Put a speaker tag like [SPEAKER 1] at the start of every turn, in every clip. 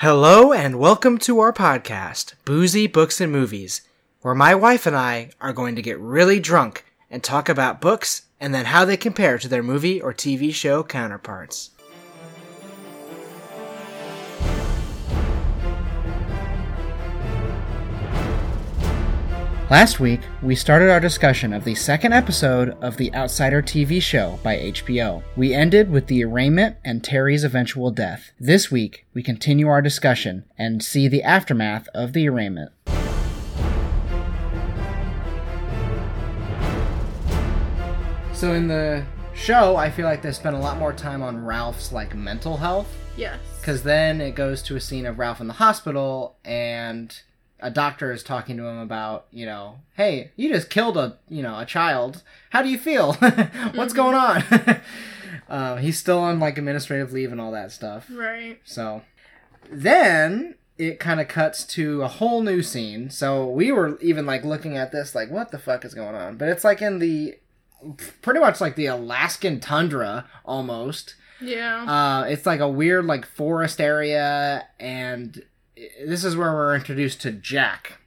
[SPEAKER 1] Hello and welcome to our podcast, Boozy Books and Movies, where my wife and I are going to get really drunk and talk about books and then how they compare to their movie or TV show counterparts. Last week, we started our discussion of the second episode of the Outsider TV show by HBO. We ended with the arraignment and Terry's eventual death. This week, we continue our discussion and see the aftermath of the arraignment. So in the show, I feel like they spent a lot more time on Ralph's like mental health
[SPEAKER 2] Yes.
[SPEAKER 1] Because then it goes to a scene of Ralph in the hospital, and a doctor is talking to him about, you know, hey, you just killed a, you know, a child. How do you feel? What's going on? uh, he's still on like administrative leave and all that stuff.
[SPEAKER 2] Right.
[SPEAKER 1] So then it kind of cuts to a whole new scene. So we were even like looking at this, like, what the fuck is going on? But it's like in the pretty much like the Alaskan tundra almost.
[SPEAKER 2] Yeah.
[SPEAKER 1] Uh, it's like a weird like forest area, and i- this is where we're introduced to Jack.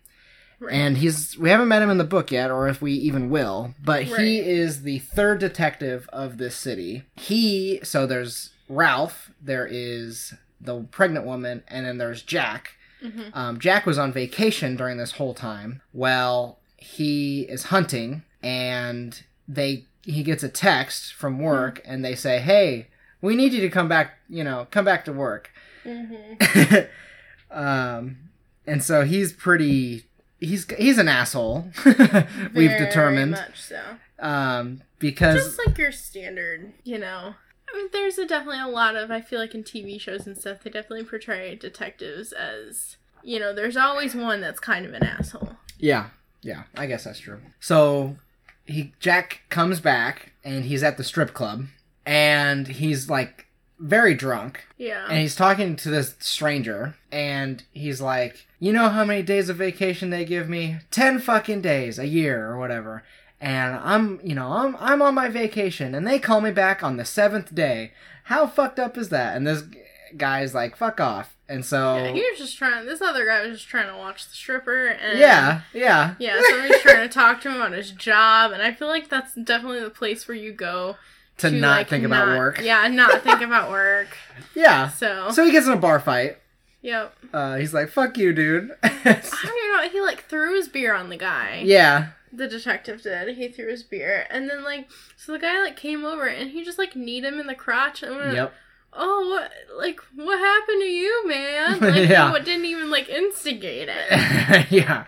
[SPEAKER 2] Right.
[SPEAKER 1] And he's we haven't met him in the book yet, or if we even will. But he
[SPEAKER 2] Right.
[SPEAKER 1] is the third detective of this city. He so there's Ralph, there is the pregnant woman, and then there's Jack.
[SPEAKER 2] Mhm.
[SPEAKER 1] Um, Jack was on vacation during this whole time. Well, he is hunting, and they he gets a text
[SPEAKER 2] Hmm.
[SPEAKER 1] from work, and they say, "Hey, we need you to come back. You know, come back to work."
[SPEAKER 2] Mhm.
[SPEAKER 1] um, and so he's pretty. He's he's an asshole. we've
[SPEAKER 2] Very
[SPEAKER 1] determined
[SPEAKER 2] much so.
[SPEAKER 1] um, because
[SPEAKER 2] Just like your standard, you know. I mean, there's a, definitely a lot of I feel like in TV shows and stuff they definitely portray detectives as you know. There's always one that's kind of an asshole.
[SPEAKER 1] yeah yeah I guess that's true. So he Jack comes back and he's at the strip club and he's like very drunk and
[SPEAKER 2] Yeah.
[SPEAKER 1] he's talking to this stranger and he's like you know how many days of vacation they give me 10 fucking days a year or whatever and i'm you know i'm i'm on my vacation and they call me back on the 7th day how fucked up is that and this g- guy's like fuck off and so
[SPEAKER 2] yeah. He was just trying. This other guy was just trying to watch the stripper and
[SPEAKER 1] yeah yeah
[SPEAKER 2] Yeah, somebody's trying to talk to him on his job, and I feel like that's definitely the place where you go
[SPEAKER 1] to, not
[SPEAKER 2] like,
[SPEAKER 1] think about
[SPEAKER 2] not-
[SPEAKER 1] work
[SPEAKER 2] Yeah, not think about work.
[SPEAKER 1] yeah
[SPEAKER 2] So,
[SPEAKER 1] so he gets in a bar fight
[SPEAKER 2] yep.
[SPEAKER 1] uh, he's like fuck you dude
[SPEAKER 2] I don't know. He like threw his beer on the guy.
[SPEAKER 1] yeah
[SPEAKER 2] The detective did. He threw his beer, and then like, so the guy like came over and he just like kneed him in the crotch and went,
[SPEAKER 1] yep
[SPEAKER 2] "Oh, what? Like, what happened to you, man? Like,
[SPEAKER 1] Yeah.
[SPEAKER 2] what didn't even like instigate it?
[SPEAKER 1] yeah.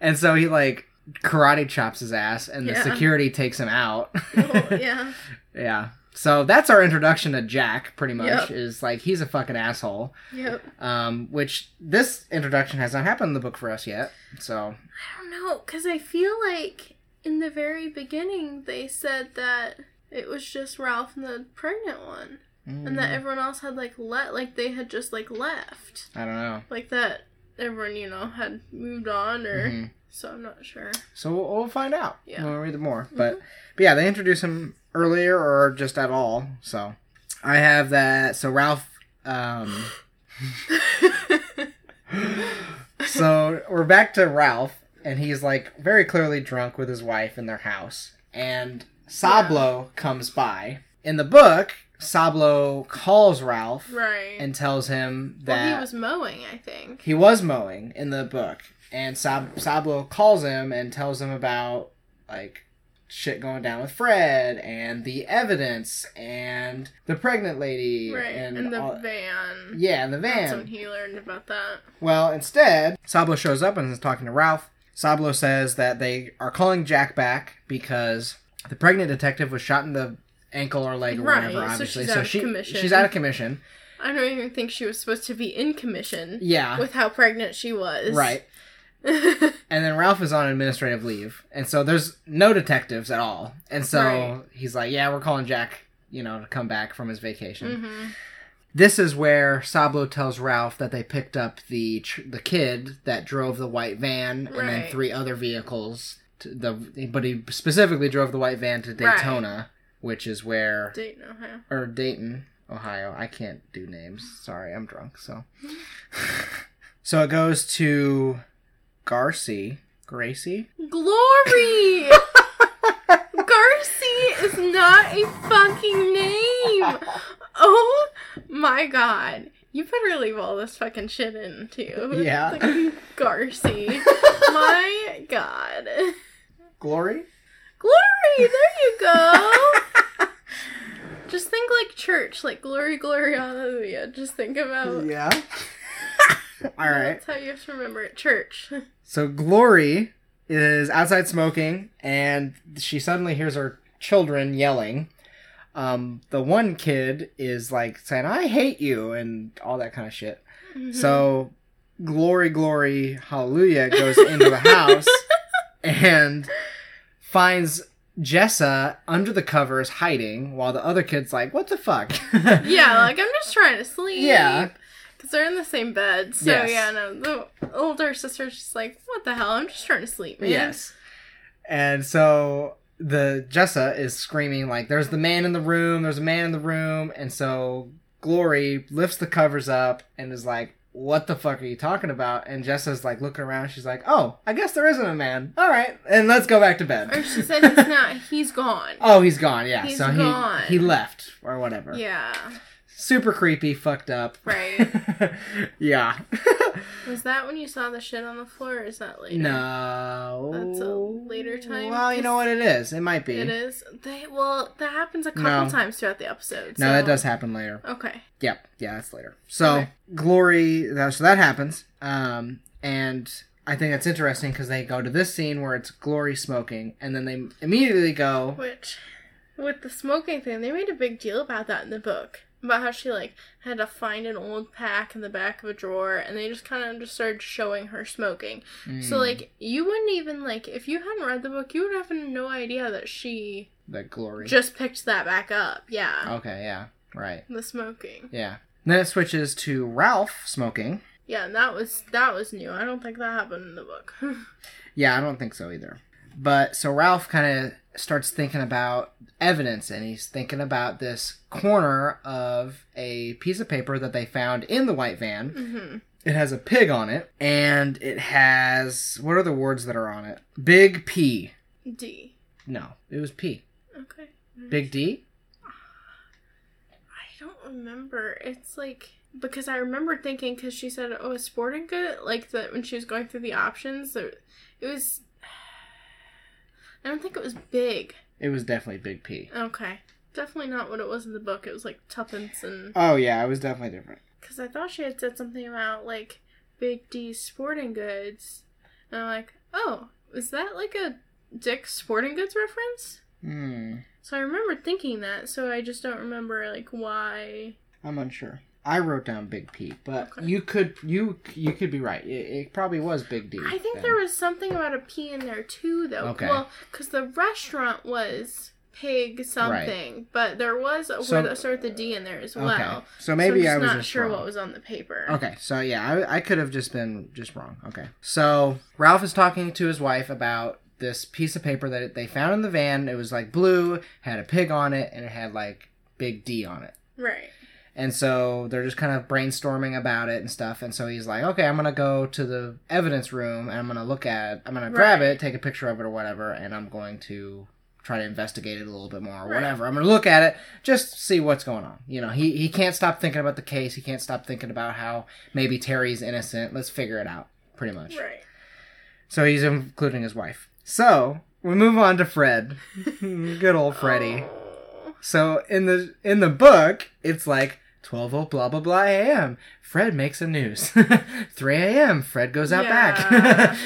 [SPEAKER 1] And so he like karate chops his ass and the
[SPEAKER 2] Yeah.
[SPEAKER 1] security takes him out.
[SPEAKER 2] oh, yeah,
[SPEAKER 1] yeah. So that's our introduction to Jack pretty much
[SPEAKER 2] Yep.
[SPEAKER 1] is like he's a fucking asshole.
[SPEAKER 2] yep.
[SPEAKER 1] Um which this introduction has not happened in the book for us yet. So
[SPEAKER 2] I don't know, cause I feel like in the very beginning they said that it was just Ralph and the pregnant one, and
[SPEAKER 1] Mm.
[SPEAKER 2] that everyone else had like let, like they had just like left,
[SPEAKER 1] mm, I don't know.
[SPEAKER 2] like that everyone you know had moved on or."
[SPEAKER 1] Mhm.
[SPEAKER 2] So I'm not sure.
[SPEAKER 1] So we'll, we'll find out
[SPEAKER 2] Yeah. Mm-hmm.
[SPEAKER 1] when we read more. But, but yeah, they introduce him earlier or just at all. So I have that. So Ralph um so we're back to Ralph, and he's like very clearly drunk with his wife in their house. And Sablo comes by. In the book, Sablo calls Ralph
[SPEAKER 2] right.
[SPEAKER 1] and tells him that
[SPEAKER 2] well, he was mowing, I think.
[SPEAKER 1] he was mowing in the book. And Sab- Sablo calls him and tells him about like shit going down with Fred and the evidence and the pregnant lady
[SPEAKER 2] Right.
[SPEAKER 1] and,
[SPEAKER 2] And, the
[SPEAKER 1] all-
[SPEAKER 2] van.
[SPEAKER 1] yeah, and the van.
[SPEAKER 2] That's when he learned about that.
[SPEAKER 1] Well, instead, Sablo shows up and is talking to Ralph. Sablo says that they are calling Jack back because the pregnant detective was shot in the ankle or leg or
[SPEAKER 2] Right,
[SPEAKER 1] whatever,
[SPEAKER 2] so
[SPEAKER 1] obviously.
[SPEAKER 2] she's out of commission.
[SPEAKER 1] she's out of commission.
[SPEAKER 2] I don't even think she was supposed to be in commission
[SPEAKER 1] Yeah.
[SPEAKER 2] with how pregnant she was.
[SPEAKER 1] right. And then Ralph is on administrative leave. And so there's no detectives at all. And so
[SPEAKER 2] Right.
[SPEAKER 1] he's like, yeah, we're calling Jack, you know, to come back from his vacation.
[SPEAKER 2] hmm
[SPEAKER 1] This is where Sablo tells Ralph that they picked up the tr- the kid that drove the white van and then
[SPEAKER 2] Right.
[SPEAKER 1] three other vehicles. To the but he specifically drove the white van to
[SPEAKER 2] Right.
[SPEAKER 1] Daytona, which is where
[SPEAKER 2] Dayton, Ohio.
[SPEAKER 1] or Dayton, Ohio. I can't do names. Sorry, I'm drunk. So,
[SPEAKER 2] Mm-hmm.
[SPEAKER 1] so it goes to Garcy. Gracie.
[SPEAKER 2] Glory! Garcy is not a fucking name! Oh my god. You better leave all this fucking shit in too.
[SPEAKER 1] Yeah.
[SPEAKER 2] Like, Garcy. my god.
[SPEAKER 1] Glory.
[SPEAKER 2] Glory! There you go! Just think like church, like glory, glory, hallelujah. Just think about
[SPEAKER 1] yeah. Oh. All right.
[SPEAKER 2] that's how you have to remember it. Church.
[SPEAKER 1] So Glory is outside smoking, and she suddenly hears her children yelling. Um, the one kid is like saying, "I hate you," and all that kind of shit. So Glory, Glory, Hallelujah goes into the house and finds Jessa under the covers hiding, while the other kid's like, "What the fuck?"
[SPEAKER 2] yeah, like I'm just trying to sleep.
[SPEAKER 1] Yeah.
[SPEAKER 2] Because they're in the same bed. So,
[SPEAKER 1] Yes.
[SPEAKER 2] yeah, no, the older sister's just like, what the hell? I'm just trying to sleep, man.
[SPEAKER 1] Yes. And so the Jessa is screaming like there's the man in the room, there's a man in the room, and so Glory lifts the covers up and is like, What the fuck are you talking about? And Jessa's like looking around, she's like, Oh, I guess there isn't a man. Alright, and let's go back to
[SPEAKER 2] Or
[SPEAKER 1] bed.
[SPEAKER 2] she said he's not, he's gone.
[SPEAKER 1] Oh, he's gone, yeah.
[SPEAKER 2] He's
[SPEAKER 1] so he
[SPEAKER 2] gone.
[SPEAKER 1] he left or whatever.
[SPEAKER 2] Yeah,
[SPEAKER 1] Super creepy, fucked up.
[SPEAKER 2] right.
[SPEAKER 1] yeah.
[SPEAKER 2] Was that when you saw the shit on the floor or is that later?
[SPEAKER 1] no.
[SPEAKER 2] That's a later time,
[SPEAKER 1] Well, you know what it is. It might be.
[SPEAKER 2] It is? They, well, that happens a couple
[SPEAKER 1] No.
[SPEAKER 2] times throughout the episode.
[SPEAKER 1] No,
[SPEAKER 2] so-
[SPEAKER 1] that does happen later.
[SPEAKER 2] Okay.
[SPEAKER 1] Yep, yeah, that's later. So
[SPEAKER 2] Okay.
[SPEAKER 1] glory, that, so that happens, um, and I think that's interesting because they go to this scene where it's glory smoking, and then they immediately go,
[SPEAKER 2] Which, with the smoking thing, they made a big deal about that in the book. About how she, like, had to find an old pack in the back of a drawer, and they just kind of just started showing her smoking. So,
[SPEAKER 1] "Mm,
[SPEAKER 2] like, you wouldn't even, like, if you hadn't read the book, you would have no idea that she
[SPEAKER 1] the glory.
[SPEAKER 2] just picked that back up. Yeah.
[SPEAKER 1] okay, yeah, right,
[SPEAKER 2] The smoking.
[SPEAKER 1] yeah. And then it switches to Ralph smoking.
[SPEAKER 2] Yeah, and that was that was new. I don't think that happened in the book.
[SPEAKER 1] Yeah, I don't think so either. But so Ralph kind of starts thinking about evidence and he's thinking about this corner of a piece of paper that they found in the white van.
[SPEAKER 2] hmm
[SPEAKER 1] It has a pig on it, and it has what are the words that are on it? Big P.
[SPEAKER 2] D.
[SPEAKER 1] No, it was P.
[SPEAKER 2] Okay. Mm-hmm.
[SPEAKER 1] Big D.
[SPEAKER 2] I don't remember. It's like because I remember thinking because she said, "Oh, a sporting good," like that when she was going through the options. There, it was. I don't think it was big.
[SPEAKER 1] It was definitely Big P.
[SPEAKER 2] Okay, definitely not what it was in the book. It was like tuppence and
[SPEAKER 1] Oh yeah, it was definitely different.
[SPEAKER 2] because I thought she had said something about like Big D Sporting Goods, and I'm like, oh, is that like a Dick Sporting Goods reference?
[SPEAKER 1] Hmm,
[SPEAKER 2] So I remember thinking that, so I just don't remember like why.
[SPEAKER 1] I'm unsure. I wrote down Big P, but
[SPEAKER 2] Okay.
[SPEAKER 1] you could you you could be right. It, it probably was Big D.
[SPEAKER 2] I think
[SPEAKER 1] then.
[SPEAKER 2] there was something about a P in there too, though.
[SPEAKER 1] Okay.
[SPEAKER 2] Well, because the restaurant was pig something, but there was a
[SPEAKER 1] So-
[SPEAKER 2] word that started with a D in there as
[SPEAKER 1] Okay,
[SPEAKER 2] well.
[SPEAKER 1] so
[SPEAKER 2] So
[SPEAKER 1] maybe
[SPEAKER 2] I'm just
[SPEAKER 1] I was
[SPEAKER 2] not
[SPEAKER 1] just
[SPEAKER 2] sure
[SPEAKER 1] wrong.
[SPEAKER 2] what was on the paper.
[SPEAKER 1] Okay, so yeah, I, I could have just been just wrong. Okay, so Ralph is talking to his wife about this piece of paper that they found in the van. It was like blue, had a pig on it, and it had like big D on it.
[SPEAKER 2] Right.
[SPEAKER 1] And so they're just kind of brainstorming about it and stuff. And so he's like, okay, I'm going to go to the evidence room and I'm going to look at it. I'm going to grab
[SPEAKER 2] Right.
[SPEAKER 1] it, take a picture of it or whatever, and I'm going to try to investigate it a little bit more or
[SPEAKER 2] Right.
[SPEAKER 1] whatever. I'm going to look at it, just see what's going on. You know, he, he can't stop thinking about the case. He can't stop thinking about how maybe Terry's innocent. Let's figure it out, pretty much.
[SPEAKER 2] Right.
[SPEAKER 1] So he's including his wife. So we move on to Fred. Good old Freddy.
[SPEAKER 2] Oh.
[SPEAKER 1] So in the in the book, it's like 12 oh blah blah blah a.m. Fred makes some news. 3 a.m. Fred goes out back.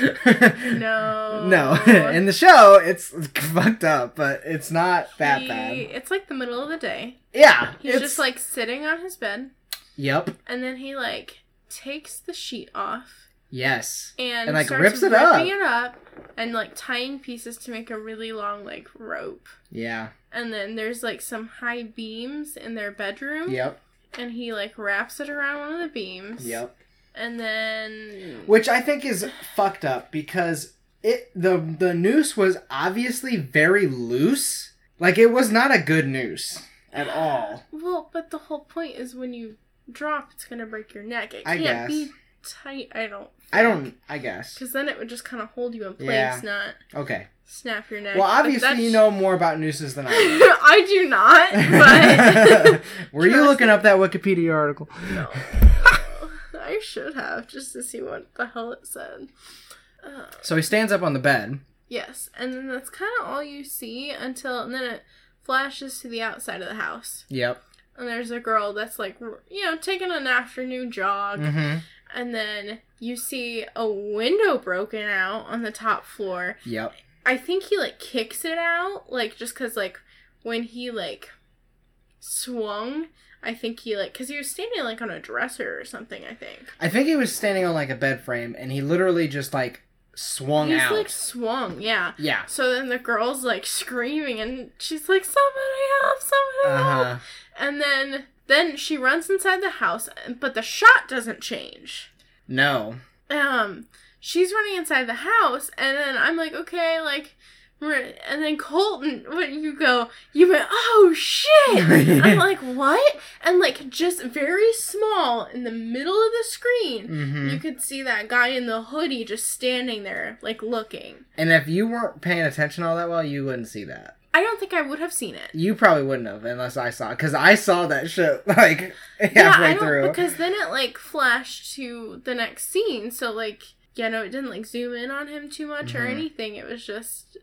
[SPEAKER 2] No.
[SPEAKER 1] No. In the show, it's fucked up, but it's not that
[SPEAKER 2] He-
[SPEAKER 1] bad.
[SPEAKER 2] It's like the middle of the day.
[SPEAKER 1] Yeah.
[SPEAKER 2] He's
[SPEAKER 1] it's,
[SPEAKER 2] just like sitting on his bed,
[SPEAKER 1] Yep.
[SPEAKER 2] and then he like takes the sheet off
[SPEAKER 1] Yes.
[SPEAKER 2] and,
[SPEAKER 1] And, like,
[SPEAKER 2] starts
[SPEAKER 1] rips it
[SPEAKER 2] ripping
[SPEAKER 1] up.
[SPEAKER 2] it up and like tying pieces to make a really long like rope.
[SPEAKER 1] Yeah.
[SPEAKER 2] And then there's like some high beams in their bedroom.
[SPEAKER 1] Yep.
[SPEAKER 2] And he like wraps it around one of the beams.
[SPEAKER 1] Yep.
[SPEAKER 2] And then
[SPEAKER 1] Which I think is fucked up because it the the noose was obviously very loose. Like it was not a good noose. at all.
[SPEAKER 2] Well, but the whole point is when you drop, it's gonna break your neck. It
[SPEAKER 1] I
[SPEAKER 2] can't
[SPEAKER 1] guess.
[SPEAKER 2] be tight. I don't.
[SPEAKER 1] I don't. I guess.
[SPEAKER 2] Because then it would just kind of hold you in place,
[SPEAKER 1] Yeah.
[SPEAKER 2] not
[SPEAKER 1] Okay.
[SPEAKER 2] snap your neck.
[SPEAKER 1] Well,
[SPEAKER 2] But that's-
[SPEAKER 1] obviously you know more about nooses than I. do.
[SPEAKER 2] I do not, but
[SPEAKER 1] Were you
[SPEAKER 2] Trust
[SPEAKER 1] looking up that Wikipedia article?
[SPEAKER 2] No. I should have just to see what the hell it said. Uh,
[SPEAKER 1] So he stands up on the bed.
[SPEAKER 2] yes, and then that's kind of all you see until, and then it flashes to the outside of the house,
[SPEAKER 1] Yep.
[SPEAKER 2] and there's a girl that's like, r- you know, taking an afternoon jog,
[SPEAKER 1] Mm-hmm.
[SPEAKER 2] and then you see a window broken out on the top floor.
[SPEAKER 1] Yep.
[SPEAKER 2] I think he like kicks it out, like just because like when he like swung. I think he like because he was standing like on a dresser or something. I think
[SPEAKER 1] I think he was standing on like a bed frame, and he literally just like swung
[SPEAKER 2] He's
[SPEAKER 1] out.
[SPEAKER 2] like swung, yeah.
[SPEAKER 1] yeah.
[SPEAKER 2] So then the girl's like screaming and she's like, Somebody help, somebody help
[SPEAKER 1] Uh huh.
[SPEAKER 2] And then then she runs inside the house but the shot doesn't change.
[SPEAKER 1] No.
[SPEAKER 2] Um she's running inside the house and then I'm like, Okay, like we're- and then Colton, when you go, you went, oh shit! I'm like, what? And like, just very small in the middle of the screen,
[SPEAKER 1] hmm
[SPEAKER 2] you could see that guy in the hoodie just standing there, like looking.
[SPEAKER 1] And if you weren't paying attention all that well, you wouldn't see that.
[SPEAKER 2] I don't think I would have seen it.
[SPEAKER 1] You probably wouldn't have unless I saw, because I saw that shit like halfway
[SPEAKER 2] I don't
[SPEAKER 1] through.
[SPEAKER 2] because then it like flashed to the next scene. So like, yeah, no, it didn't like zoom in on him too much or
[SPEAKER 1] Mhm.
[SPEAKER 2] anything. It was just,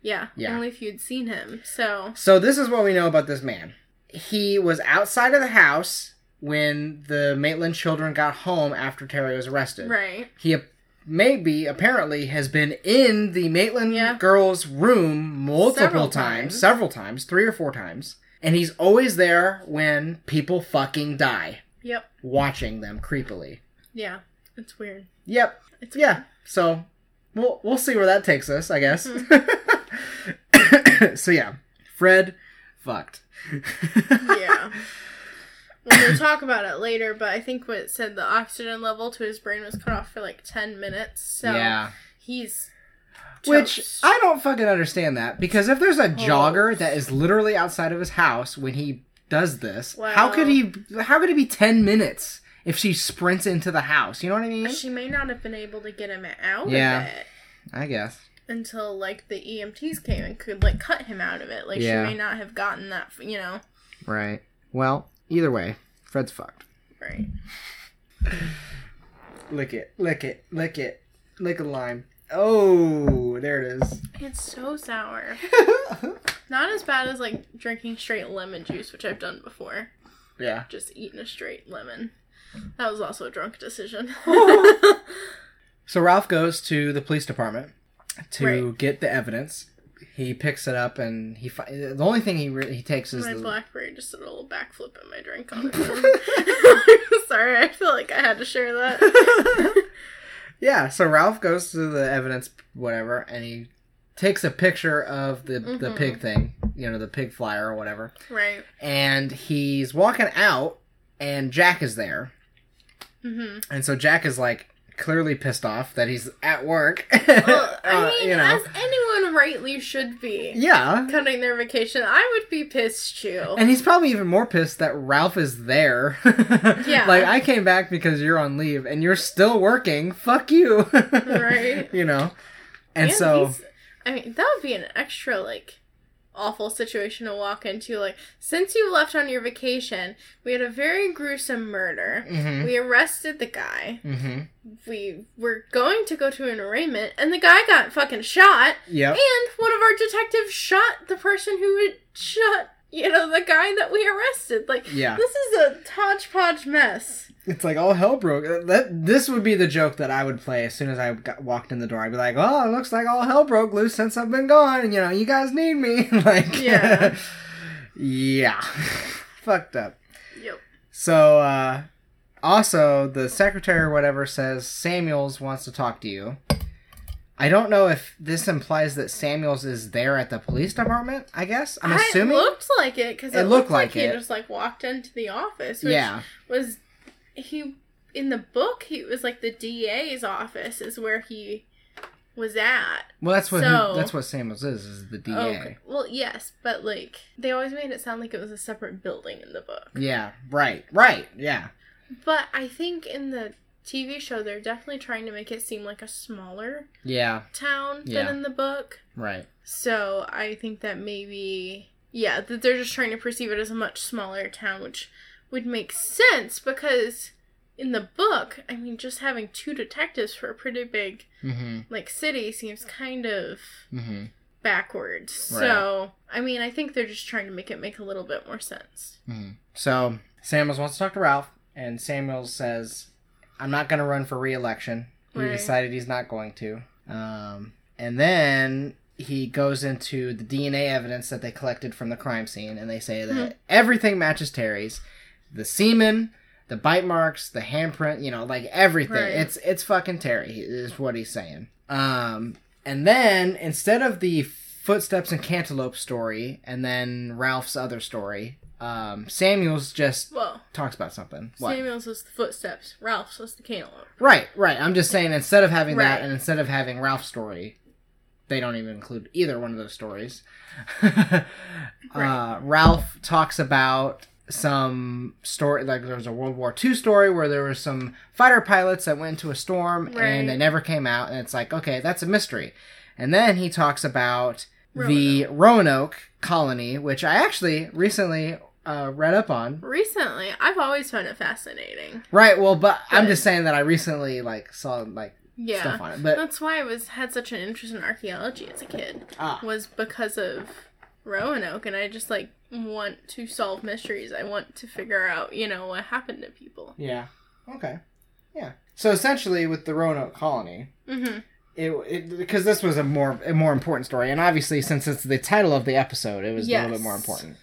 [SPEAKER 2] yeah,
[SPEAKER 1] Yeah.
[SPEAKER 2] only if you'd seen him. So
[SPEAKER 1] So this is what we know about this man. He was outside of the house when the Maitland children got home after Terry was arrested.
[SPEAKER 2] right,
[SPEAKER 1] He ap- maybe apparently has been in the Maitland
[SPEAKER 2] Yeah.
[SPEAKER 1] girls' room multiple
[SPEAKER 2] Several
[SPEAKER 1] times,
[SPEAKER 2] times.
[SPEAKER 1] several times, three or four times, and he's always there when people fucking die,
[SPEAKER 2] yep,
[SPEAKER 1] watching them creepily.
[SPEAKER 2] yeah, it's weird.
[SPEAKER 1] Yep.
[SPEAKER 2] It's weird.
[SPEAKER 1] Yeah. So we'll we'll see where that takes us, I guess.
[SPEAKER 2] Mm-hmm.
[SPEAKER 1] so yeah, Fred fucked.
[SPEAKER 2] yeah. Well, we'll talk about it later, but I think what it said the oxygen level to his brain was cut off for like ten minutes. So
[SPEAKER 1] yeah.
[SPEAKER 2] he's
[SPEAKER 1] Which
[SPEAKER 2] toast.
[SPEAKER 1] I don't fucking understand that because if there's a jogger that is literally outside of his house when he does this, how could
[SPEAKER 2] Wow.
[SPEAKER 1] he? How could it be ten minutes if she sprints into the house? You know what I mean?
[SPEAKER 2] she may not have been able to get him out
[SPEAKER 1] Yeah.
[SPEAKER 2] of it.
[SPEAKER 1] I guess.
[SPEAKER 2] until like the EMTs came and could like cut him out of it. Like
[SPEAKER 1] Yeah.
[SPEAKER 2] she may not have gotten that, f- you know.
[SPEAKER 1] Right. Well, either way, Fred's fucked.
[SPEAKER 2] Right.
[SPEAKER 1] Lick it. Lick it. Lick it. Lick a lime. Oh, there it is.
[SPEAKER 2] It's so sour. Not as bad as like drinking straight lemon juice, which I've done before.
[SPEAKER 1] yeah.
[SPEAKER 2] Just eating a straight lemon. That was also a drunk decision.
[SPEAKER 1] So Ralph goes to the police department to
[SPEAKER 2] Right.
[SPEAKER 1] get the evidence. He picks it up and he fi- the only thing he re- he takes is
[SPEAKER 2] my
[SPEAKER 1] the
[SPEAKER 2] blackberry just did a little backflip in my drink on it. Sorry, I feel like I had to share that.
[SPEAKER 1] Yeah, so Ralph goes to the evidence, whatever, and he takes a picture of the the
[SPEAKER 2] Mhm.
[SPEAKER 1] pig thing, you know, the pig flyer or whatever.
[SPEAKER 2] right.
[SPEAKER 1] And he's walking out, and Jack is there,
[SPEAKER 2] Mm-hmm.
[SPEAKER 1] and so Jack is like clearly pissed off that he's at work.
[SPEAKER 2] Well,
[SPEAKER 1] Uh,
[SPEAKER 2] I mean, as anyone rightly should be.
[SPEAKER 1] yeah.
[SPEAKER 2] cutting their vacation, I would be pissed too.
[SPEAKER 1] And he's probably even more pissed that Ralph is there.
[SPEAKER 2] Yeah.
[SPEAKER 1] Like, I came back because you're on leave and you're still working. Fuck you.
[SPEAKER 2] Right.
[SPEAKER 1] You know? And,
[SPEAKER 2] Man,
[SPEAKER 1] so.
[SPEAKER 2] he's- I mean, that would be an extra like awful situation to walk into. Like, since you left on your vacation, we had a very gruesome murder.
[SPEAKER 1] hmm
[SPEAKER 2] We arrested the guy.
[SPEAKER 1] hmm
[SPEAKER 2] We were going to go to an arraignment, and the guy got fucking shot.
[SPEAKER 1] Yep.
[SPEAKER 2] And one of our detectives shot the person who had shot, you know, the guy that we arrested. Like,
[SPEAKER 1] Yeah.
[SPEAKER 2] this is a hodgepodge mess.
[SPEAKER 1] It's like all hell broke. That this would be the joke that I would play as soon as I got, walked in the door. I'd be like, "Oh, it looks like all hell broke loose since I've been gone. and, You know, you guys need me." like,
[SPEAKER 2] Yeah.
[SPEAKER 1] yeah, fucked up.
[SPEAKER 2] Yep.
[SPEAKER 1] So, uh, also the secretary or whatever says Samuels wants to talk to you. I don't know if this implies that Samuels is there at the police department. I guess I'm
[SPEAKER 2] I-
[SPEAKER 1] assuming.
[SPEAKER 2] It looked like it because it, looked, like, he
[SPEAKER 1] it.
[SPEAKER 2] just like walked into the office. Which
[SPEAKER 1] yeah,
[SPEAKER 2] was he in the book? He it was like the DA's office is where he was at.
[SPEAKER 1] Well, that's what
[SPEAKER 2] So- Oh,
[SPEAKER 1] that's what Samuels is is the DA.
[SPEAKER 2] Okay. Well, yes, but like they always made it sound like it was a separate building in the book.
[SPEAKER 1] Yeah, right, right, yeah,
[SPEAKER 2] But I think in the TV show they're definitely trying to make it seem like a smaller
[SPEAKER 1] yeah,
[SPEAKER 2] town
[SPEAKER 1] Yeah.
[SPEAKER 2] than in the book.
[SPEAKER 1] right.
[SPEAKER 2] So I think that maybe yeah, that they're just trying to perceive it as a much smaller town, which would make sense because in the book, I mean, just having two detectives for a pretty big
[SPEAKER 1] Mm-hmm.
[SPEAKER 2] like city seems kind of
[SPEAKER 1] Mm-hmm.
[SPEAKER 2] backwards. So I mean, I think they're just trying to make it make a little bit more sense.
[SPEAKER 1] Mm-hmm. So Samuels wants to talk to Ralph, and Samuels says, "I'm not going to run for re-election." He
[SPEAKER 2] Right.
[SPEAKER 1] decided he's not going to. Um, and then he goes into the DNA evidence that they collected from the crime scene, and they say that
[SPEAKER 2] Mm-hmm.
[SPEAKER 1] everything matches Terry's, the semen, the bite marks, the handprint, you know, like everything.
[SPEAKER 2] Right.
[SPEAKER 1] It's it's fucking Terry is what he's saying. Um, and then instead of the footsteps and cantaloupe story, and then Ralph's other story, um, Samuel's just
[SPEAKER 2] Well,
[SPEAKER 1] talks about something. What?
[SPEAKER 2] Samuel's was the footsteps. Ralph's was the cantaloupe.
[SPEAKER 1] Right, right. I'm just saying instead of having that
[SPEAKER 2] Right.
[SPEAKER 1] and instead of having Ralph's story, they don't even include either one of those stories. uh, Ralph talks about some story like there was a World War II story where there was some fighter pilots that went into a storm
[SPEAKER 2] Right.
[SPEAKER 1] and they never came out and it's like, okay, that's a mystery. And then he talks about the Roanoke colony, which I actually recently uh, read up on.
[SPEAKER 2] Recently, I've always found it fascinating.
[SPEAKER 1] Right, well, but I'm
[SPEAKER 2] Good.
[SPEAKER 1] just saying that I recently like saw like
[SPEAKER 2] Yeah.
[SPEAKER 1] stuff on it. But
[SPEAKER 2] That's why I was had such an interest in archaeology as a kid.
[SPEAKER 1] Ah.
[SPEAKER 2] Was because of Roanoke and I just like want to solve mysteries. I want to figure out, you know, what happened to people.
[SPEAKER 1] yeah, okay, yeah. So essentially, with the Roanoke colony,
[SPEAKER 2] Mhm.
[SPEAKER 1] it because this was a more a more important story, and obviously since it's the title of the episode, it was a little bit more
[SPEAKER 2] Yes.
[SPEAKER 1] important.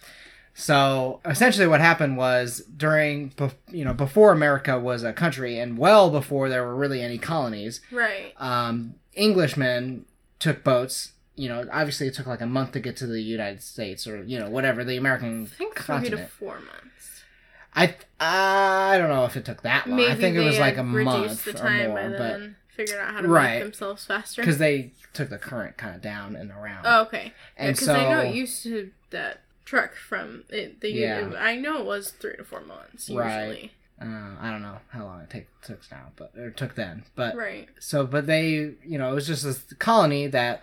[SPEAKER 1] So essentially, what happened was during bef- you know before America was a country, and well before there were really any colonies,
[SPEAKER 2] Right.
[SPEAKER 1] um, Englishmen took boats. You know, obviously it took like a month to get to the United States, or you know whatever the American
[SPEAKER 2] I think three to
[SPEAKER 1] Um, continent.
[SPEAKER 2] four months.
[SPEAKER 1] I I don't know if it took that long.
[SPEAKER 2] Maybe
[SPEAKER 1] I think it
[SPEAKER 2] they
[SPEAKER 1] was like a
[SPEAKER 2] had reduced
[SPEAKER 1] month
[SPEAKER 2] the time
[SPEAKER 1] or more,
[SPEAKER 2] by
[SPEAKER 1] but
[SPEAKER 2] then figured out how to
[SPEAKER 1] Right.
[SPEAKER 2] make themselves faster.
[SPEAKER 1] because they took the current kind of down and around.
[SPEAKER 2] oh, okay.
[SPEAKER 1] and
[SPEAKER 2] Because
[SPEAKER 1] so
[SPEAKER 2] I know it used to that truck from it. The
[SPEAKER 1] Yeah.
[SPEAKER 2] I know it was three to four months usually.
[SPEAKER 1] Right. uh, I don't know how long it take, took now, but or took then, but
[SPEAKER 2] Right.
[SPEAKER 1] so but they you know it was just this colony that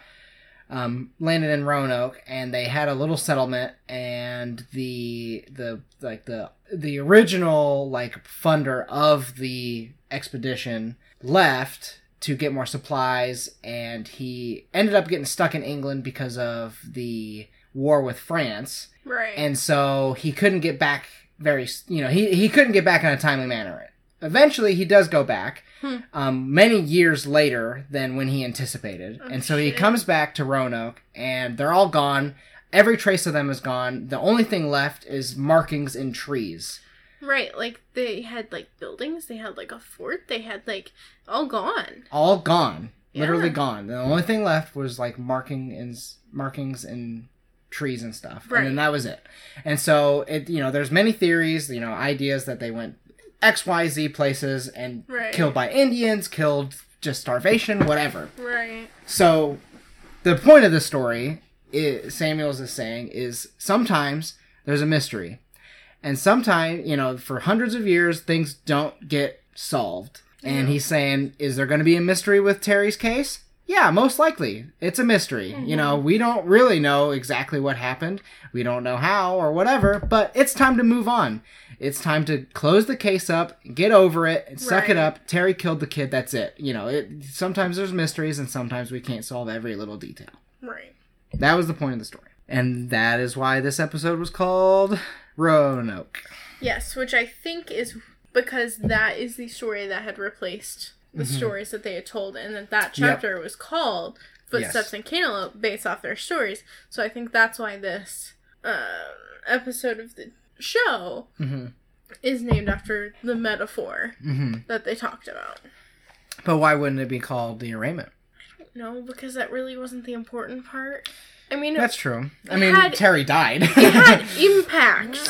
[SPEAKER 1] um, landed in Roanoke and they had a little settlement and the the like the the original like funder of the expedition left to get more supplies and he ended up getting stuck in England because of the war with France
[SPEAKER 2] Right.
[SPEAKER 1] and so he couldn't get back very you know he, he couldn't get back in a timely manner eventually he does go back
[SPEAKER 2] Hmm.
[SPEAKER 1] um, many years later than when he anticipated
[SPEAKER 2] Oh,
[SPEAKER 1] and so he
[SPEAKER 2] shit.
[SPEAKER 1] comes back to roanoke and they're all gone every trace of them is gone the only thing left is markings in trees
[SPEAKER 2] Right, like they had like buildings, they had like a fort, they had like all gone.
[SPEAKER 1] all gone literally
[SPEAKER 2] Yeah.
[SPEAKER 1] gone the only thing left was like marking and markings and trees and stuff and then
[SPEAKER 2] Right.
[SPEAKER 1] that was it and so it you know there's many theories you know ideas that they went xyz places and
[SPEAKER 2] Right.
[SPEAKER 1] killed by indians killed just starvation whatever
[SPEAKER 2] Right.
[SPEAKER 1] so the point of the story i samuels is saying is sometimes there's a mystery and sometimes you know for hundreds of years things don't get solved and he's saying is there going to be a mystery with terry's case yeah most likely it's a mystery you know we don't really know exactly what happened we don't know how or whatever but it's time to move on it's time to close the case up get over it and suck it
[SPEAKER 2] Right.
[SPEAKER 1] up terry killed the kid that's it you know it sometimes there's mysteries and sometimes we can't solve every little detail
[SPEAKER 2] Right.
[SPEAKER 1] that was the point of the story. And that is why this episode was called Roanoke.
[SPEAKER 2] Yes, which I think is because that is the story that had replaced the
[SPEAKER 1] Mm-hmm.
[SPEAKER 2] stories that they had told and that that chapter was called Footsteps
[SPEAKER 1] Yes.
[SPEAKER 2] and Cantaloupe based off their stories. So I think that's why this um, episode of the show
[SPEAKER 1] Mm-hmm.
[SPEAKER 2] is named after the metaphor
[SPEAKER 1] Mm-hmm.
[SPEAKER 2] that they talked about.
[SPEAKER 1] But why wouldn't it be called the arraignment?
[SPEAKER 2] No, because that really wasn't the important part. I mean,
[SPEAKER 1] That's true. I
[SPEAKER 2] It
[SPEAKER 1] mean,
[SPEAKER 2] had-
[SPEAKER 1] Terry died.
[SPEAKER 2] it had impact,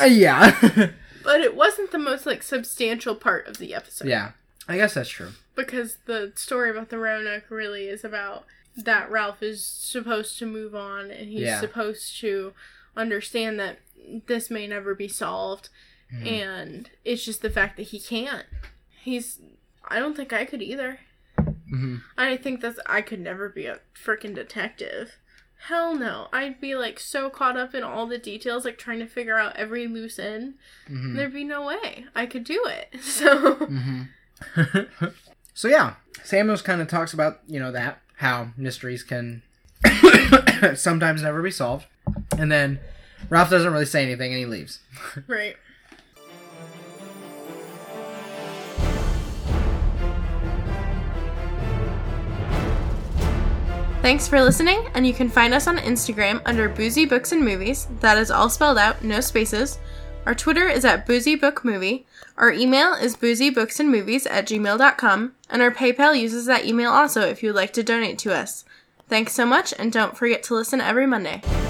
[SPEAKER 1] Uh, yeah.
[SPEAKER 2] but it wasn't the most like substantial part of the episode.
[SPEAKER 1] yeah. I guess that's true.
[SPEAKER 2] Because the story about the Roanoke really is about that Ralph is supposed to move on and he's
[SPEAKER 1] Yeah.
[SPEAKER 2] supposed to understand that this may never be solved
[SPEAKER 1] Mhm.
[SPEAKER 2] and it's just the fact that he can't. He's I don't think I could either.
[SPEAKER 1] Mhm.
[SPEAKER 2] I think that's I could never be a freaking detective. Hell no. I'd be like so caught up in all the details, like trying to figure out every loose end.
[SPEAKER 1] Mhm.
[SPEAKER 2] There'd be no way I could do it. So
[SPEAKER 1] Mm-hmm. so yeah, Samuels kind of talks about you know that how mysteries can sometimes never be solved, and then Ralph doesn't really say anything and he leaves.
[SPEAKER 2] Right. Thanks for listening, and you can find us on Instagram under Boozy Books and Movies. That is all spelled out, no spaces. Our Twitter is at Boozy Book Movie. Our email is boozybooksandmovies at gmail.com, and our PayPal uses that email also if you'd like to donate to us. Thanks so much, and don't forget to listen every Monday.